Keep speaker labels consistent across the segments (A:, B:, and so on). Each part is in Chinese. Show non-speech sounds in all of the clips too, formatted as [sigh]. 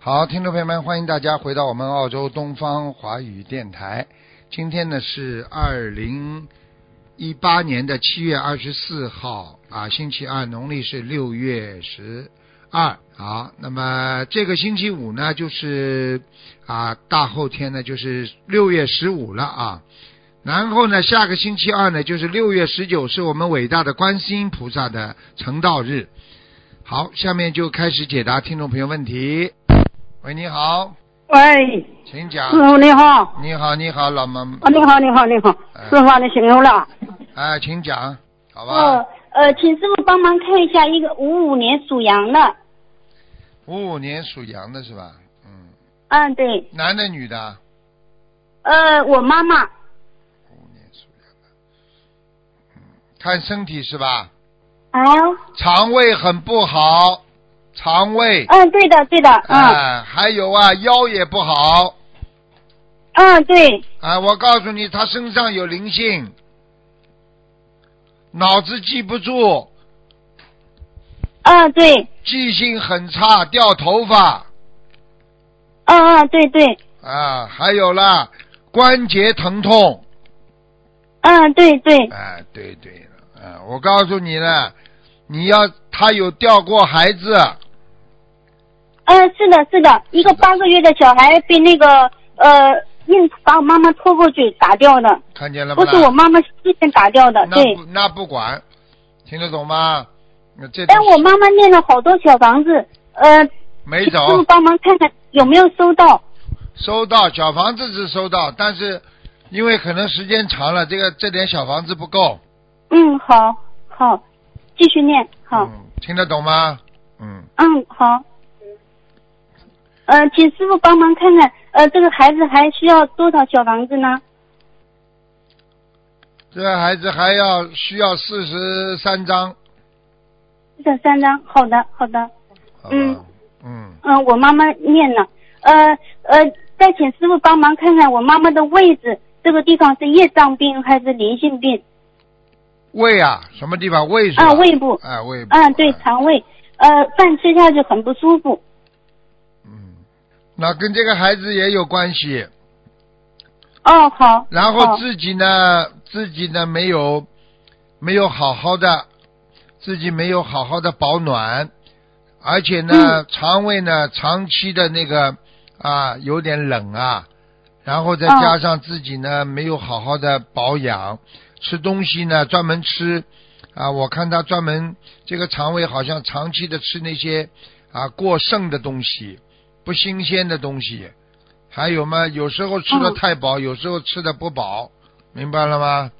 A: 好，听众朋友们，欢迎大家回到我们澳洲东方华语电台。今天呢是二零一八年的七月二十四号啊，星期二，农历是六月十二。好，那么这个星期五呢，就是啊大后天呢就是六月十五了啊。然后呢，下个星期二呢就是六月十九，是我们伟大的观世音菩萨的成道日。好，下面就开始解答听众朋友问题。喂，你好，
B: 喂，
A: 请讲
B: 师。傅你好，
A: 你好，你好，老妈妈，
C: 哦
B: 啊，你好，你好，你好，
A: 哎
B: 师傅你辛苦了。
A: 哎，请讲，好吧
C: 哦？，呃，请师傅帮忙看一下一个五五年属羊的，
A: 五五年属羊的是吧？嗯，
C: 嗯，对，
A: 男的女的？
C: 呃，我妈妈，
A: 五五年属羊的，嗯，看身体是吧？
B: 哎
C: 啊，
A: 肠胃很不好，肠胃，
C: 嗯，对的，对的，嗯，
A: 哎，还有啊，腰也不好，
C: 嗯，对，
A: 啊，我告诉你，他身上有灵性，脑子记不住，
C: 嗯，对，
A: 记性很差，掉头发
C: 嗯嗯，对对，
A: 啊，还有啦，关节疼痛，
C: 嗯，对对，
A: 啊，对对了，啊，我告诉你了，你要他有掉过孩子，
C: 嗯，是的，是的，一个八个月的小孩被那个呃硬把我妈妈拖过去打掉的，
A: 看见了吗？
C: 不是我妈妈自愿打掉的，
A: 那
C: 对
A: 不，那不管，听得懂吗？那这
C: 但哎我妈妈念了好多小房子，呃，
A: 没
C: 请师傅
A: 走，
C: 帮忙看看有没有收到，
A: 收到小房子是收到，但是因为可能时间长了，这个这点小房子不够。
C: 嗯，好，好，继续念，好。
A: 嗯，听得懂吗？嗯，
C: 嗯，好。呃，请师傅帮忙看看，呃，这个孩子还需要多少小房子呢？
A: 这个孩子还要需要四十三张，
C: 这三张，好的，好的。
A: 好吧
C: 嗯，
A: 嗯，
C: 嗯、我妈妈念了。呃呃，再请师傅帮忙看看我妈妈的位置，这个地方是业障病还是灵性病？
A: 胃啊，什么地方？胃是吧？
C: 啊，胃部。
A: 哎，胃部。
C: 嗯，对，
A: 哎
C: 肠胃。呃，饭吃下去很不舒服。
A: 嗯，那跟这个孩子也有关系。
C: 哦，好。
A: 然
C: 好
A: 后自己呢，自己呢没有没有好好的，自己没有好好的保暖，而且呢，肠胃呢长期的那个啊有点冷啊，然后再
C: 哦
A: 加上自己呢没有好好的保养，吃东西呢专门吃啊，我看他专门这个肠胃好像长期的吃那些啊过剩的东西，不新鲜的东西。还有嘛，有时候吃的
C: 嗯
A: 太饱，有时候吃的不饱，明白了吗？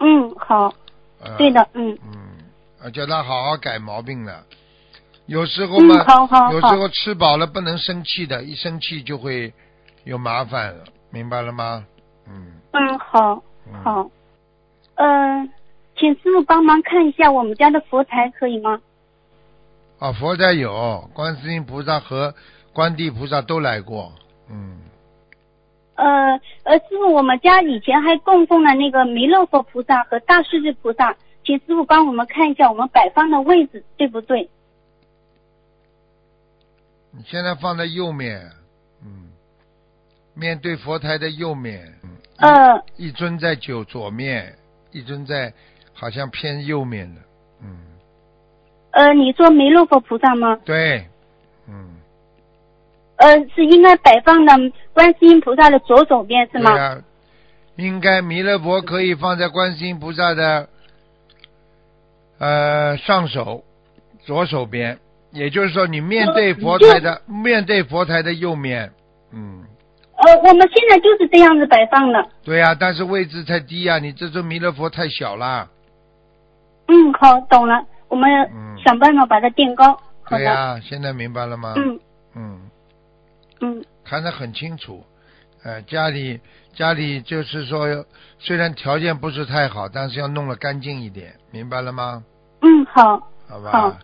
C: 嗯，好，
A: 呃、
C: 对。的，嗯。
A: 嗯，啊，叫他好好改毛病了。有时候嘛，
C: 嗯好好
A: 有时
C: 好
A: 候吃饱了不能生气的，一生气就会有麻烦了，明白了吗？嗯，
C: 嗯，好
A: 嗯，
C: 好。呃，请师傅帮忙看一下我们家的佛台可以吗？
A: 啊，佛在有，观世音菩萨和观地菩萨都来过，嗯，
C: 呃呃，师傅，我们家以前还供奉了那个弥勒佛菩萨和大势至菩萨，请师傅帮我们看一下我们摆放的位置对不对？
A: 你现在放在右面，嗯，面对佛台的右面，嗯，
C: 呃，
A: 一尊在九左面，一尊在好像偏右面的，嗯，
C: 呃，你说弥勒佛菩萨吗？
A: 对，嗯，
C: 呃，是应该摆放的观世音菩萨的左手边是
A: 对
C: 吗？
A: 啊，应该弥勒佛可以放在观世音菩萨的呃上手左手边，也就是说你面对佛台的、
C: 嗯
A: 面对佛台的右面，嗯，
C: 呃，我们现在就是这样子摆放的。
A: 对呀、但是位置太低呀、你这尊弥勒佛太小啦，
C: 嗯，好，懂了，我们
A: 嗯
C: 想办法把它垫高。好
A: 对
C: 的，
A: 呀、现在明白了吗？
C: 嗯
A: 嗯
C: 嗯
A: 看得很清楚。呃，家里家里就是说，虽然条件不是太好，但是要弄得干净一点，明白了吗？
C: 嗯，好。
A: 好吧。
C: 好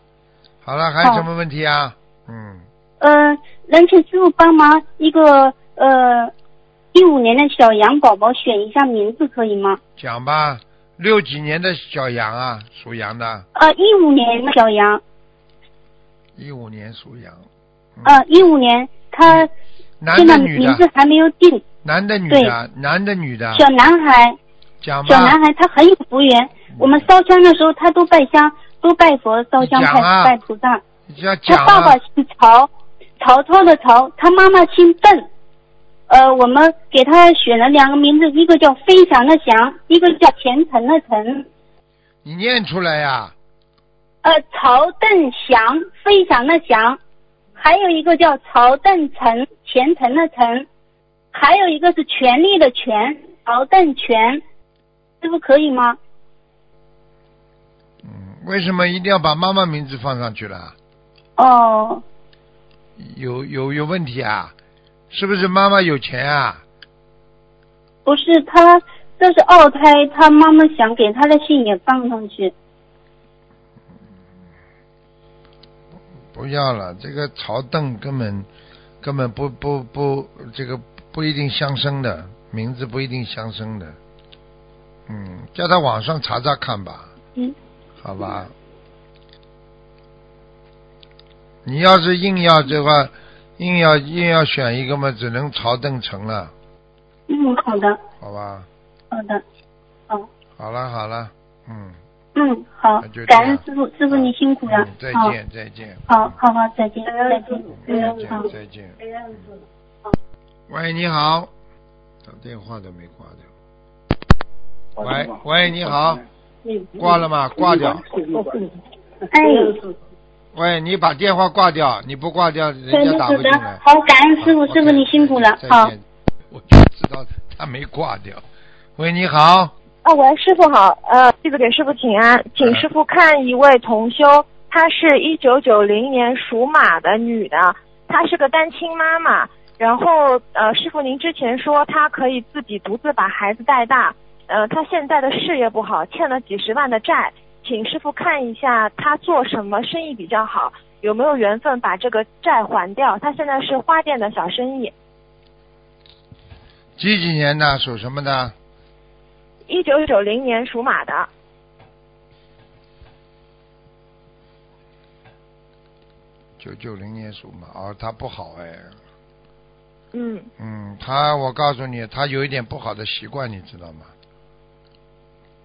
A: 好了，还有什么问题啊？嗯，
C: 呃，能请师傅帮忙一个呃，一五年的小羊宝宝选一下名字可以吗？
A: 讲吧。六几年的小羊啊，属羊的，
C: 呃，一五年的小羊，
A: 一五年属羊。嗯
C: 呃，一五年他
A: 男
C: 现
A: 的
C: 在
A: 女
C: 名
A: 的
C: 字，还没有定，
A: 男的女的，男的女的，
C: 小男孩，
A: 讲吧嗯
C: 小，男孩他很有福缘。我们烧香的时候，他都拜香，都拜佛，烧香
A: 你讲
C: 拜、
A: 啊
C: 拜菩萨。
A: 你要讲
C: 他爸爸
A: 啊，
C: 姓曹，曹操的曹，他妈妈姓邓。呃，我们给他选了两个名字，一个叫飞翔的翔，一个叫前程的程。
A: 你念出来呀、
C: 呃，曹邓翔，飞翔的翔，还有一个叫曹邓程，前程的程，还有一个是权力的权，曹邓权，这个可以吗？
A: 嗯，为什么一定要把妈妈名字放上去了？
C: 哦，
A: 有有有问题啊？是不是妈妈有钱啊？
C: 不是他，这是二胎，他妈妈想给他的姓也放上去。
A: 不要了，这个曹邓根本根本不不不，这个不一定相生的，名字不一定相生的。嗯，叫他网上查查看吧，
C: 嗯，
A: 好吧？你要是硬要这个，硬要硬要选一个嘛，只能曹邓成了，
C: 嗯，好的，
A: 好吧？
C: 好的，好，
A: 好了好了，嗯，
C: 嗯，好
A: 那就这样，
C: 感恩师傅，师傅你辛苦了，
A: 嗯再见再见，
C: 好，好好好，再见，再见，
A: 再
C: 嗯，好嗯
A: 见。再见。喂，你好，打电话都没挂掉。喂喂，你好，挂了吗？挂掉。
C: 哎，
A: 喂，你把电话挂掉，你不挂掉，
C: 对，
A: 人家打
C: 好
A: 不进
C: 的
A: 来，。
C: 好，感恩师傅，
A: 好
C: 师傅你辛苦了
A: 再，见
C: 好
A: 再。见我就知道他没挂掉。喂，你好，
D: 啊，喂，师傅好，呃，弟子给师傅请安，请师傅看一位同修，她是一九九零年属马的女的，她是个单亲妈妈，然后呃，师傅您之前说她可以自己独自把孩子带大，呃，她现在的事业不好，欠了几十万的债，请师傅看一下她做什么生意比较好，有没有缘分把这个债还掉？她现在是花店的小生意，
A: 几几年的？属什么的？
D: 一九九零年属马的，
A: 九九零年属马。哦，他不好哎。
D: 嗯，
A: 嗯，他我告诉你，他有一点不好的习惯，你知道吗？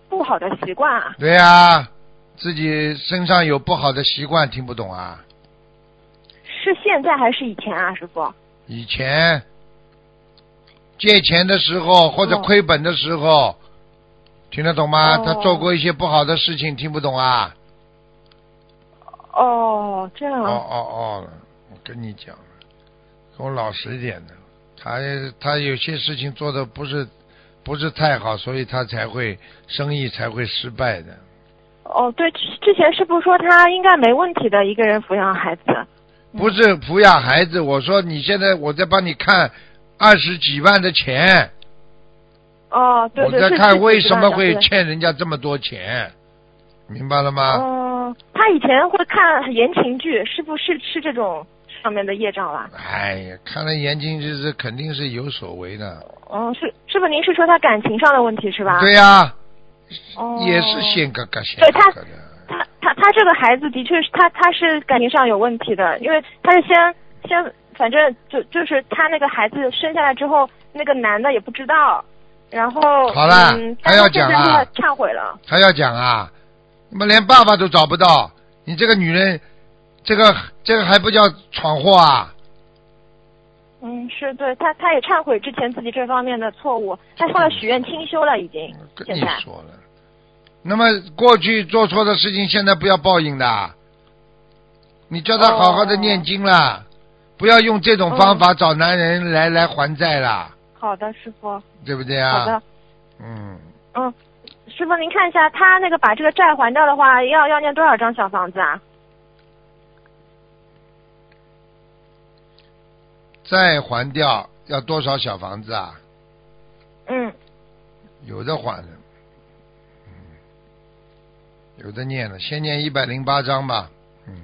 D: 不好的习惯啊。
A: 对呀、自己身上有不好的习惯，听不懂啊？
D: 是现在还是以前啊，师傅？
A: 以前借钱的时候或者
D: 哦
A: 亏本的时候，听得懂吗？
D: 哦
A: 他做过一些不好的事情，听不懂啊？
D: 哦，这样
A: 哦哦哦，我跟你讲，跟我老实一点的，他他有些事情做的不是不是太好，所以他才会生意才会失败的。
D: 哦，对，之之前师傅说他应该没问题的，一个人抚养孩子。嗯
A: 不是抚养孩子，我说你现在我在帮你看二十几万的钱，
D: 哦，对对，
A: 我在
D: 是
A: 看
D: 是
A: 为
D: 是
A: 什么
D: 的
A: 会啊
D: 对
A: 欠人家这么多钱，明白了吗？
D: 哦，他以前会看言情剧，师傅是是这种上面的业障吧？
A: 哎呀，看来严经这是肯定是有所为的，
D: 嗯，是师傅，您是说他感情上的问题是吧？，
A: 对呀、
D: 哦、
A: 也是显格格显
D: 对
A: 格
D: 他
A: 格的，
D: 他他他这个孩子的确是他他是感情上有问题的，因为他是先先反正就就是他那个孩子生下来之后，那个男的也不知道，然后
A: 好啦
D: 嗯，
A: 还要讲啊
D: 但是现在忏悔了，
A: 他要讲啊，你们连爸爸都找不到，你这个女人，这个这个还不叫闯祸啊？
D: 嗯，是对他他也忏悔之前自己这方面的错误，他后来许愿清修了已经，
A: 嗯跟
D: 现
A: 你
D: 在
A: 说了，那么过去做错的事情，现在不要报应的。你叫他好好的
D: 哦
A: 念经啦，不要用这种方法找男人来、来还债啦，
D: 好的师傅，
A: 对不对
D: 好
A: 啊
D: 的？，
A: 嗯，
D: 嗯，师傅您看一下他那个把这个债还掉的话，要要念多少张小房子啊？
A: 再还掉要多少小房子啊？
D: 嗯，
A: 有的还了，嗯，有的念了，先念一百零八章吧，嗯，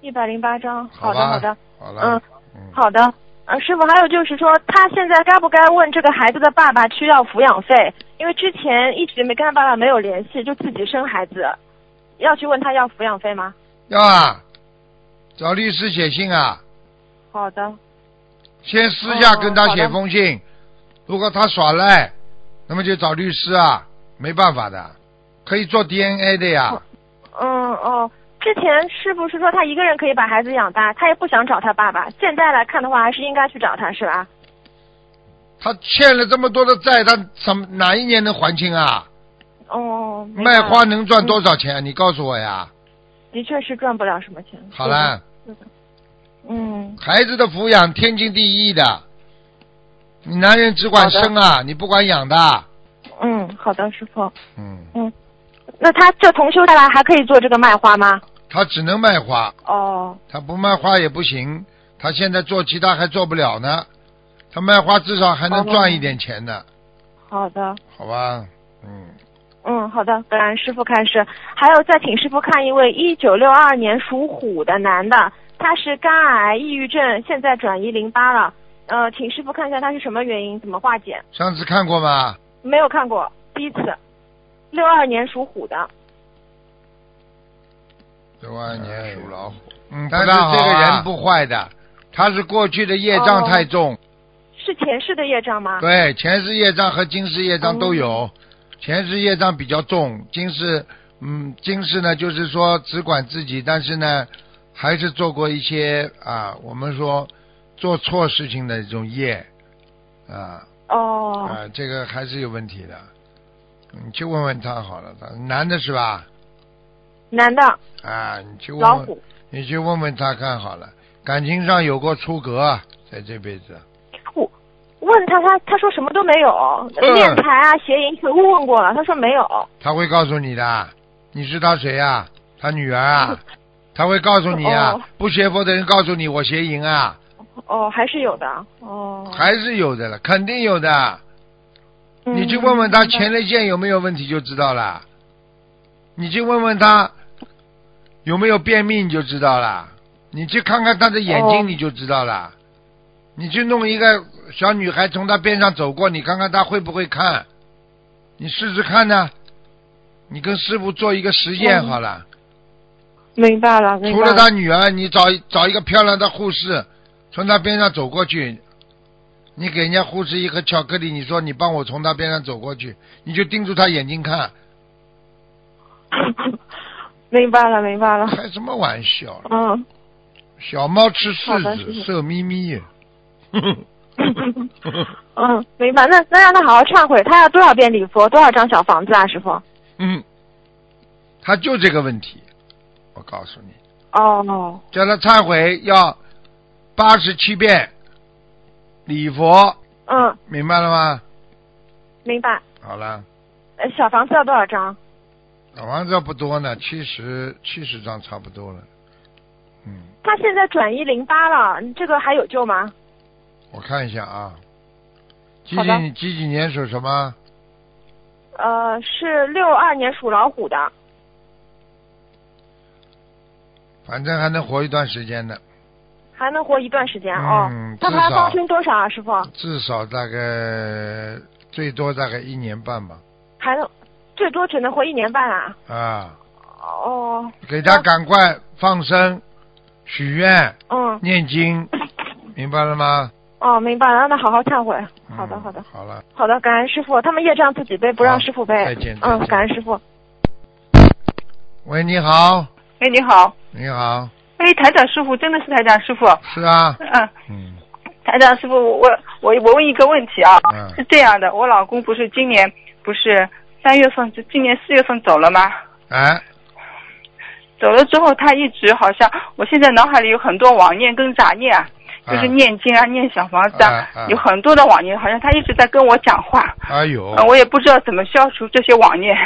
D: 一百零八张，好的
A: 吧，
D: 好的，
A: 好了，
D: 嗯。
A: 嗯，
D: 好的，呃，师傅，还有就是说，他现在该不该问这个孩子的爸爸需要抚养费？因为之前一直没跟他爸爸没有联系，就自己生孩子，要去问他要抚养费吗？
A: 要啊，找律师写信啊，
D: 好的，
A: 先私下跟他
D: 哦
A: 写
D: 好的
A: 封信。如果他耍赖，那么就找律师啊，没办法的，可以做 DNA 的呀
D: 好。嗯哦，之前师傅是说他一个人可以把孩子养大，他也不想找他爸爸。现在来看的话，还是应该去找他，是吧？
A: 他欠了这么多的债，他什么哪一年能还清啊？
D: 哦，明白嗯
A: 卖
D: 了
A: 花能赚多少钱？啊你告诉我呀。
D: 的确是赚不了什么钱。
A: 好了，
D: 嗯，
A: 孩子的抚养天经地义的，你男人只管
D: 好的
A: 生啊，你不管养的。
D: 嗯嗯，好的，师傅。
A: 嗯，
D: 那他这同修下来还可以做这个卖花吗？
A: 他只能卖花，
D: 哦，
A: 他不卖花也不行。他现在做其他还做不了呢，他卖花至少还能
D: 哦
A: 赚一点钱呢。
D: 好的。
A: 好吧，嗯，
D: 嗯，好的，感恩师傅开示。还有再请师傅看一位一九六二年属虎的男的，他是肝癌、抑郁症，现在转移淋巴了。呃，请师傅看一下他是什么原因，怎么化解？
A: 上次看过吗？
D: 没有看过，第一次。六二年属虎的，
A: 六二年属老虎，嗯，
E: 不
A: 啊但
E: 大好啊
A: 是这个人不坏的，他是过去的业障太重，
D: 是前世的业障吗？
A: 对，前世业障和今世业障都有，前世业障比较重，今世，嗯，今世呢就是说只管自己，但是呢还是做过一些啊，我们说做错事情的这种业，啊
D: 哦，
A: 啊，这个还是有问题的，你去问问他好了，他男的是吧？
D: 男的，
A: 啊，你去问
D: 老
A: 问。
D: 虎。
A: 你去问问他看好了，感情上有过出格啊，在这辈子
D: 我问他，他他说什么都没有，
A: 嗯
D: 练财啊、邪淫全部问过了，他说没有。
A: 他会告诉你的。你是他谁啊？他女儿
D: [laughs]
A: 啊？他会告诉你啊。
D: 哦
A: 不学佛的人告诉你我邪淫啊，
D: 哦，还是有的。哦，
A: 还是有的了，肯定有的。你去问问他前列腺有没有问题就知道了。你去问问他有没有便秘你就知道了。你去看看他的眼
D: 哦
A: 睛你就知道了。你去弄一个小女孩从他边上走过，你看看她会不会看？你试试看呢。你跟师傅做一个实验好了。
D: 明白了，明
A: 除
D: 白
A: 了
D: 了。
A: 他女儿，你找找一个漂亮的护士，从他边上走过去。你给人家护士一盒巧克力，你说你帮我从他边上走过去，你就盯住他眼睛看，
D: [laughs] 明白了，明白了。
A: 开什么玩笑？
D: 嗯， [laughs]
A: 小猫吃
D: 好的
A: 柿
D: 谢
A: 子，
D: 谢
A: 色眯眯。
D: 嗯，明白。那那让他好好忏悔，他要多少遍礼佛，多少张小房子啊，师傅？
A: 嗯，他就这个问题，我告诉你，
D: 哦，
A: 叫他忏悔要八十七遍礼佛，
D: 嗯，
A: 明白了吗？
D: 明白。
A: 好了，
D: 呃小房子要多少张？
A: 老王这不多呢，七十七十张差不多了。嗯，
D: 他现在转移淋巴了，这个还有救吗？
A: 我看一下啊，几
D: 好的
A: 几几几年属什么？
D: 呃，是六二年属老虎的。
A: 反正还能活一段时间的，
D: 还能活一段时间、
A: 嗯
D: 哦。那
A: 至
D: 他
A: 少
D: 放生多少啊，师傅？
A: 至少大概最多大概一年半吧。
D: 还能最多只能活一年半啊。
A: 啊，
D: 哦，
A: 给他
D: 哦
A: 赶快放生、许愿、
D: 嗯，
A: 念经，明白了吗？
D: 哦，明白了，让他好好忏悔。
A: 嗯
D: 好的，好的，
A: 好了。
D: 好的，感恩师傅，他们业障自己背，不让
A: 好
D: 师傅背。
A: 再见再
D: 嗯，
A: 见
D: 感恩师傅。
A: 喂，你好，
F: 哎，你好，
A: 你好，
F: 哎，台长师傅，真的是台长师傅，
A: 是啊，
F: 嗯，
A: 嗯
F: 台长师傅，我我我问一个问题啊，
A: 嗯
F: 是这样的，我老公不是今年不是三月份，就今年四月份走了吗？
A: 哎，
F: 走了之后，他一直好像，我现在脑海里有很多妄念跟杂念啊，就是
A: 啊
F: 念经啊、念小房子啊，
A: 啊啊
F: 有很多的妄念，好像他一直在跟我讲话，
A: 哎呦，
F: 呃我也不知道怎么消除这些妄念。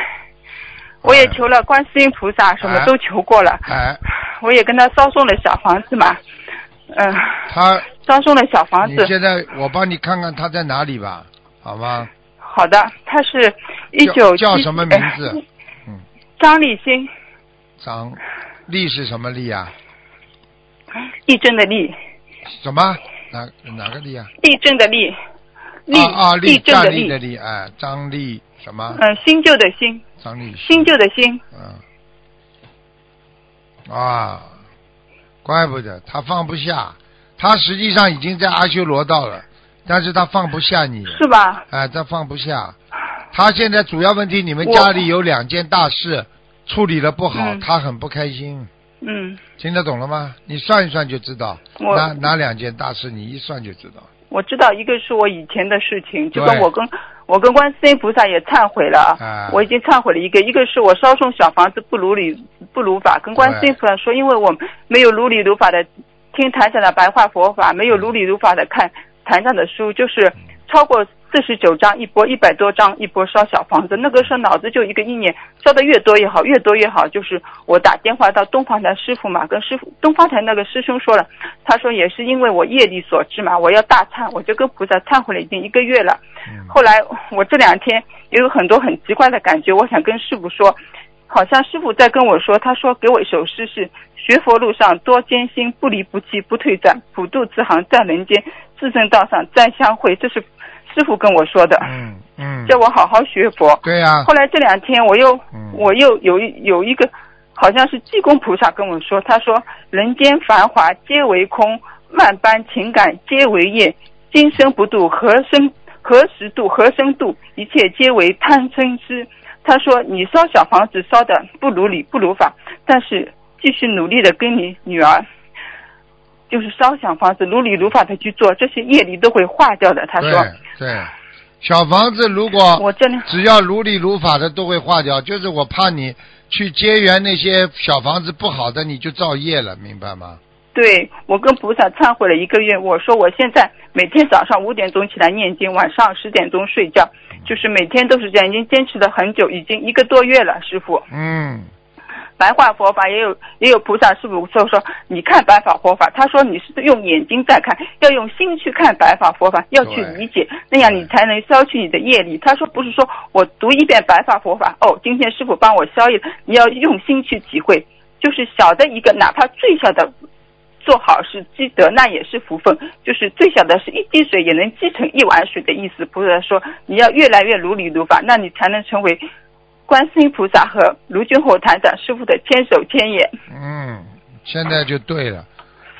F: 我也求了观世音菩萨，什么
A: 嗯啊
F: 都求过了，
A: 哎，
F: [sighs] 我也跟他烧送了小房子嘛，嗯、
A: 他
F: 烧送了小房
A: 你
F: 子。
A: 现在我帮你看看他在哪里吧，好吗？
F: 好的，他是一
A: 叫
F: 九哎
A: 叫什么名字？
F: 张立新，
A: 张力是什么力啊？
F: 地震的地，
A: 什么？哪哪个力啊？
F: 地震的地，力
A: 啊啊，
F: 地
A: 力
F: 震
A: 站
F: 的
A: 立啊
F: 力，
A: 的力，哎，张力什么？
F: 嗯，新旧的新，
A: 张力
F: 新旧的新，
A: 嗯。啊，怪不得他放不下，他实际上已经在阿修罗道了，但是他放不下你，
F: 是吧？
A: 哎，他放不下。他现在主要问题，你们家里有两件大事处理的不好，
F: 嗯
A: 他很不开心。
F: 嗯，
A: 听得懂了吗？你算一算就知道，
F: 我
A: 哪哪两件大事你一算就知道。
F: 我知道，一个是我以前的事情，就
A: 对
F: 跟我跟我跟观世音菩萨也忏悔了，
A: 啊
F: 我已经忏悔了一个，一个是我烧送小房子不如理不如法，跟观世音菩萨说，因为我没有如理如法的听台长的白话佛法，没有如理如法的看台长的书，就是
A: 嗯
F: 超过。四十九章一波，一百多章一波烧小房子。那个时候脑子就一个意念，烧的越多越好，越多越好。就是我打电话到东方台师傅嘛，跟师傅东方台那个师兄说了，他说也是因为我业力所致嘛，我要大忏，我就跟菩萨忏悔了已经一个月了。
A: 嗯
F: 后来我这两天也有很多很奇怪的感觉，我想跟师傅说，好像师傅在跟我说，他说给我一首诗是：学佛路上多艰辛，不离不弃，不退转，普渡慈航在人间，至圣道上再相会。这是师傅跟我说的，
A: 嗯嗯，
F: 叫我好好学佛。
A: 对呀、
F: 后来这两天我又、
A: 啊嗯
F: 我又有一有一个好像是济公菩萨跟我说，他说人间繁华皆为空，万般情感皆为业，今生不度何生何时度何生度，一切皆为贪嗔痴。他说你烧小房子烧的不如理不如法，但是继续努力的跟你女儿。就是烧小房子，如理如法的去做，这些业力都会化掉的。他说，
A: 对哦对，小房子如果
F: 我这里
A: 只要如理如法的都会化掉，就是我怕你去结缘那些小房子不好的，你就造业了，明白吗？
F: 对，我跟菩萨忏悔了一个月，我说我现在每天早上五点钟起来念经，晚上十点钟睡觉，就是每天都是这样，已经坚持了很久，已经一个多月了。师傅，
A: 嗯，
F: 白话佛法也有也有菩萨师傅说说，你看白法佛法，他说你是用眼睛在看，要用心去看白法佛法，要去
A: 对
F: 理解，那样你才能消去你的业力。他说不是说我读一遍白法佛法，哦，今天师傅帮我消业，你要用心去体会，就是小的一个，哪怕最小的。做好事积德，那也是福分。就是最小的是一滴水也能积成一碗水的意思。菩萨说，你要越来越如理如法，那你才能成为观世音菩萨和卢军火坛长师傅的千手千眼。
A: 嗯，现在就对了。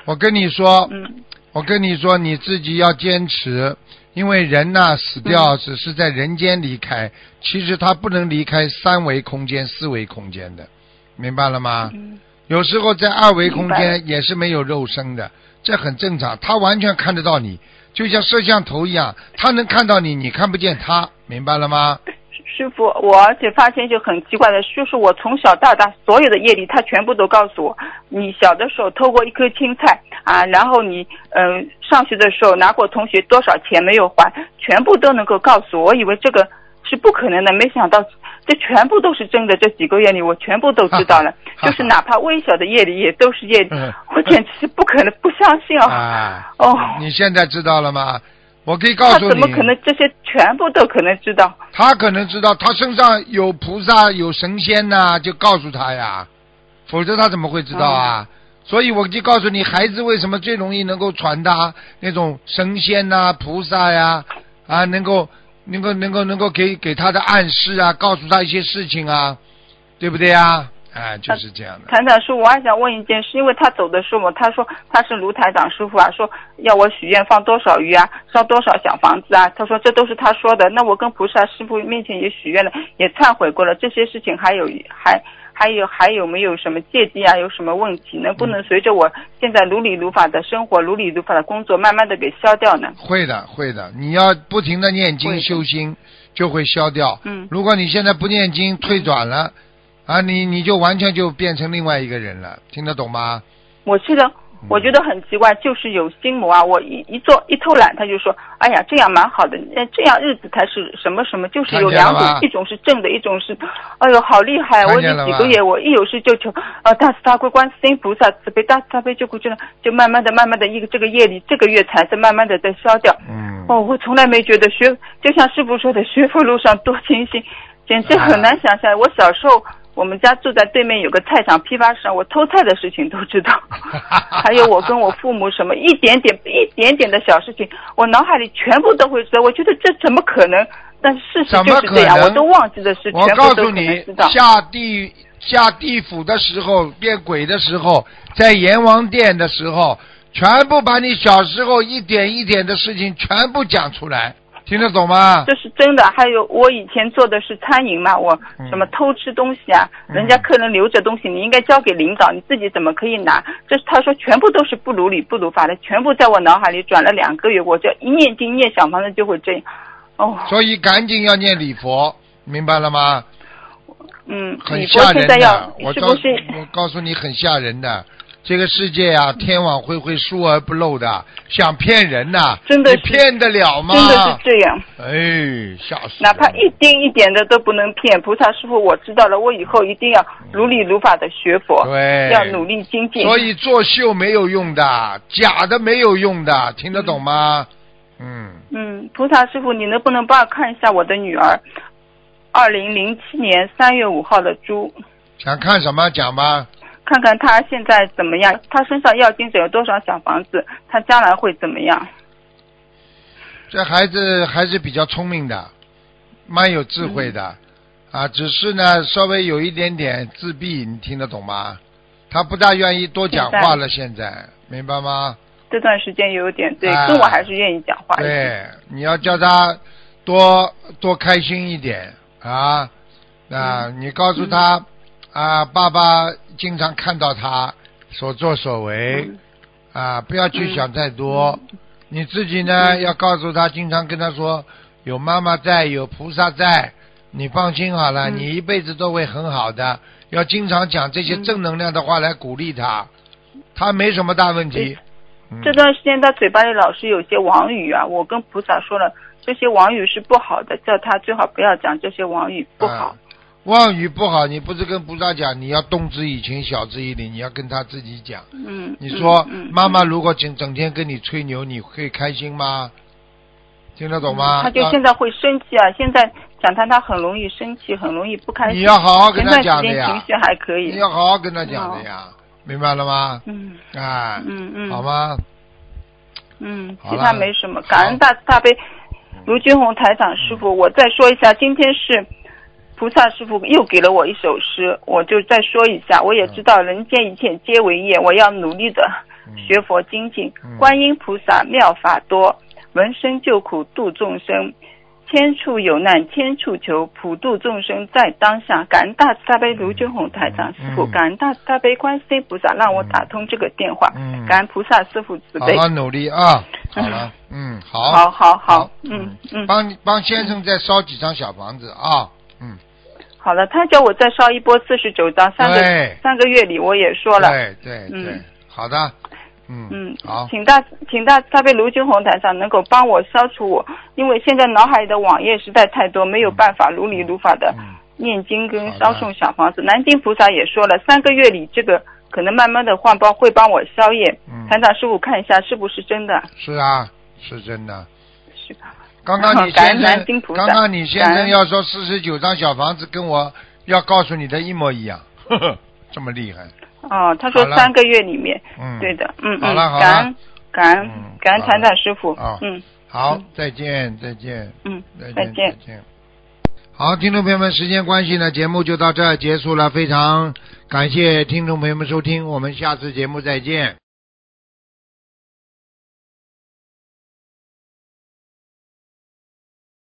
A: 我跟你说，
F: 嗯，
A: 我跟你说，你自己要坚持，因为人呐、死
F: 嗯
A: 掉只是在人间离开，其实他不能离开三维空间、四维空间的，明白了吗？有时候在二维空
F: 嗯明白
A: 间也是没有肉身的，这很正常。他完全看得到你，就像摄像头一样，他能看到你，你看不见他，明白了吗？
F: 师傅，我而且发现一个很奇怪的，就是我从小到大所有的业力，他全部都告诉我，你小的时候偷过一颗青菜啊，然后你嗯、呃上学的时候拿过同学多少钱没有还，全部都能够告诉我。我以为这个是不可能的，没想到这全部都是真的。这几个月里，我全部都知道了，就是哪怕微小的业力也都是业力
A: 嗯，
F: 我简直是不可能不相信啊！
A: 啊，
F: 哦，
A: 你现在知道了吗？我可以告
F: 他
A: 诉你，
F: 怎么可能这些全部都可能知道？
A: 他可能知道他身上有菩萨有神仙呐、就告诉他呀，否则他怎么会知道啊？所以我就告诉你，孩子为什么最容易能够传达那种神仙呐、菩萨呀啊能够能够能够能够给给他的暗示啊，告诉他一些事情啊，对不对啊？哎，就是这样的。
F: 团长说，我还想问一件事，因为他走的时候嘛，他说他是卢台长师傅啊，说要我许愿放多少鱼啊，烧多少小房子啊，他说这都是他说的。那我跟菩萨师傅面前也许愿了，也忏悔过了，这些事情还有还还有还有没有什么芥蒂啊？有什么问题？能不能随着我现在如理如法的生活、如理如法的工作，慢慢的给消掉呢？
A: 会的，会的。你要不停的念
F: 会
A: 经
F: 的
A: 修心，就会消掉。
F: 嗯
A: 如果你现在不念经，退转了，啊，你你就完全就变成另外一个人了，听得懂吗？
F: 我记得，
A: 嗯
F: 我觉得很奇怪，就是有心魔啊！我一一做一偷懒，他就说：“哎呀，这样蛮好的，那这样日子才是什么什么，就是有两
A: 看见了吧
F: 种，一种是正的，一种是……哎呦，好厉害！我
A: 看
F: 已
A: 见
F: 经
A: 了吧
F: 几个月，我一有事就求啊，大慈大悲观世音菩萨慈悲，大慈大悲救苦救难，就慢慢的、慢慢的一个这个业力，这个月才是慢慢的在消掉。
A: 嗯，
F: 哦，我从来没觉得学，就像师傅说的，学佛路上多艰辛，简直
A: 啊
F: 很难想象。我小时候，我们家住在对面有个菜场批发市场，我偷菜的事情都知道，
A: [laughs]
F: 还有我跟我父母什么一点点一点点的小事情，我脑海里全部都会知道。我觉得这怎么可能？但事实
A: 怎
F: 就
A: 么
F: 是
A: 可
F: 这样，
A: 能？
F: 我都忘记的事，
A: 我
F: 全
A: 告
F: 部都
A: 诉
F: 可能
A: 你
F: 知道，。
A: 下地下地府的时候，变鬼的时候，在阎王殿的时候，全部把你小时候一点一点的事情全部讲出来，听得懂吗？
F: 这是真的。还有我以前做的是餐饮嘛，我
A: 嗯
F: 什么偷吃东西啊，
A: 嗯
F: 人家客人留着东西，你应该交给领导，你自己怎么可以拿？这是他说全部都是不如理不如法的，全部在我脑海里转了两个月，我就一念经念小房子就会这样。哦，
A: 所以赶紧要念礼佛，明白了吗？
F: 嗯，
A: 很
F: 你说
A: 吓人
F: 现在要
A: 的，我
F: 是
A: 告
F: 不是？
A: 我告诉你很吓人的。这个世界啊，天网恢恢，疏而不漏的，想骗人呐、
F: 真的
A: 你
F: 是
A: 骗得了吗？
F: 真的是这样，
A: 哎，吓死我了！
F: 哪怕一丁一点的都不能骗。菩萨师傅，我知道了，我以后一定要如理如法的学佛，
A: 对，
F: 要努力精进。
A: 所以作秀没有用的，假的没有用的，听得懂吗？嗯，
F: 嗯，菩萨师傅，你能不能帮我看一下我的女儿？二零零七年三月五号的猪，
A: 想看什么讲吧。
F: 看看她现在怎么样？她身上要精者有多少小房子？她将来会怎么样？
A: 这孩子还是比较聪明的，蛮有智慧的，啊，只是呢稍微有一点点自闭，你听得懂吗？他不大愿意多讲话了，现在明白吗？
F: 这段时间有点对，
A: 啊
F: 跟我还是愿意讲话。，
A: 对，你要叫他多多开心一点啊！啊，你告诉他、啊，爸爸经常看到他所作所为、啊，不要去想太多。
F: 嗯
A: 你自己呢，要告诉他，经常跟他说，有妈妈在，有菩萨在，你放心好
F: 嗯
A: 了，你一辈子都会很好的。要经常讲这
F: 嗯
A: 些正能量的话来鼓励他，他没什么大问题。嗯
F: 这段时间她嘴巴里老是有些网语啊，我跟菩萨说了，这些网语是不好的，叫她最好不要讲这些网语，不好。
A: 啊妄语不好，你不是跟菩萨讲，你要动之以情，晓之以理，你要跟他自己讲。
F: 嗯，
A: 你说、
F: 嗯嗯
A: 妈妈如果整整天跟你吹牛，你会开心吗？听得懂吗？
F: 嗯他就
A: 啊
F: 现在会生气啊！现在讲他，他很容易生气，很容易不开心。
A: 你要好好跟他
F: 前段
A: 讲
F: 时
A: 的
F: 间
A: 呀
F: 情绪还可以
A: 你。要好好跟他讲的呀，明白了吗？
F: 嗯
A: 啊，
F: 嗯嗯，
A: 好？吗？
F: 嗯，
A: 好嗯
F: 其
A: 了
F: 他没什么。感恩大慈大悲卢军红台长师
A: 嗯
F: 傅，我再说一下，今天是菩萨师傅又给了我一首诗，我就再说一下。我也知道人间一切皆为业，我要努力的
A: 嗯
F: 学佛精进。
A: 嗯
F: 观音菩萨妙法多，闻声救苦度众生。千处有难千处求，普度众生在当下。感恩大慈大悲卢军红台长师傅，
A: 嗯
F: 感恩大慈大悲观世音菩萨，让我打通这个电话。
A: 嗯
F: 感恩菩萨师傅慈
A: 好
F: 悲。
A: 好努力
F: [laughs]
A: 啊！好了，嗯，好，
F: 好好好，嗯嗯，
A: 帮你帮先生再烧几张小房子啊，嗯，
F: 好了，他叫我再烧一波四十九章，三个
A: 对
F: 三个月里我也说了，
A: 对对对
F: 嗯，
A: 好的，嗯
F: 嗯，
A: 好，
F: 请大请大慈悲卢军红台长能够帮我消除我，因为现在脑海里的网页实在太多，没有办法如理如法的
A: 嗯。
F: 念经跟
A: 好的
F: 烧送小房子。南京菩萨也说了，三个月里这个可能慢慢的换包会帮我消业。
A: 嗯
F: 台长师傅看一下是不是真的？
A: 是啊，是真的。
F: 是
A: 刚刚你
F: 嗯感恩
A: 先
F: 南
A: 生
F: 京，菩萨
A: 刚刚你先
F: 感
A: 生
F: 恩
A: 要说四十九张小房子，跟我要告诉你的一模一样， [laughs] 呵呵，这么厉害，
F: 哦，他说
A: 好了
F: 三个月里面，
A: 嗯，
F: 对，的，嗯
A: 好
F: 嗯
A: 了好，了
F: 感恩感恩
A: 嗯
F: 感恩
A: 好了
F: 台长师傅
A: 啊，
F: 嗯
A: 好，再见，再见，
F: 嗯，
A: 再
F: 再
A: 见，再见。好，听众朋友们，时间关系呢，节目就到这儿结束了。非常感谢听众朋友们收听，我们下次节目再见。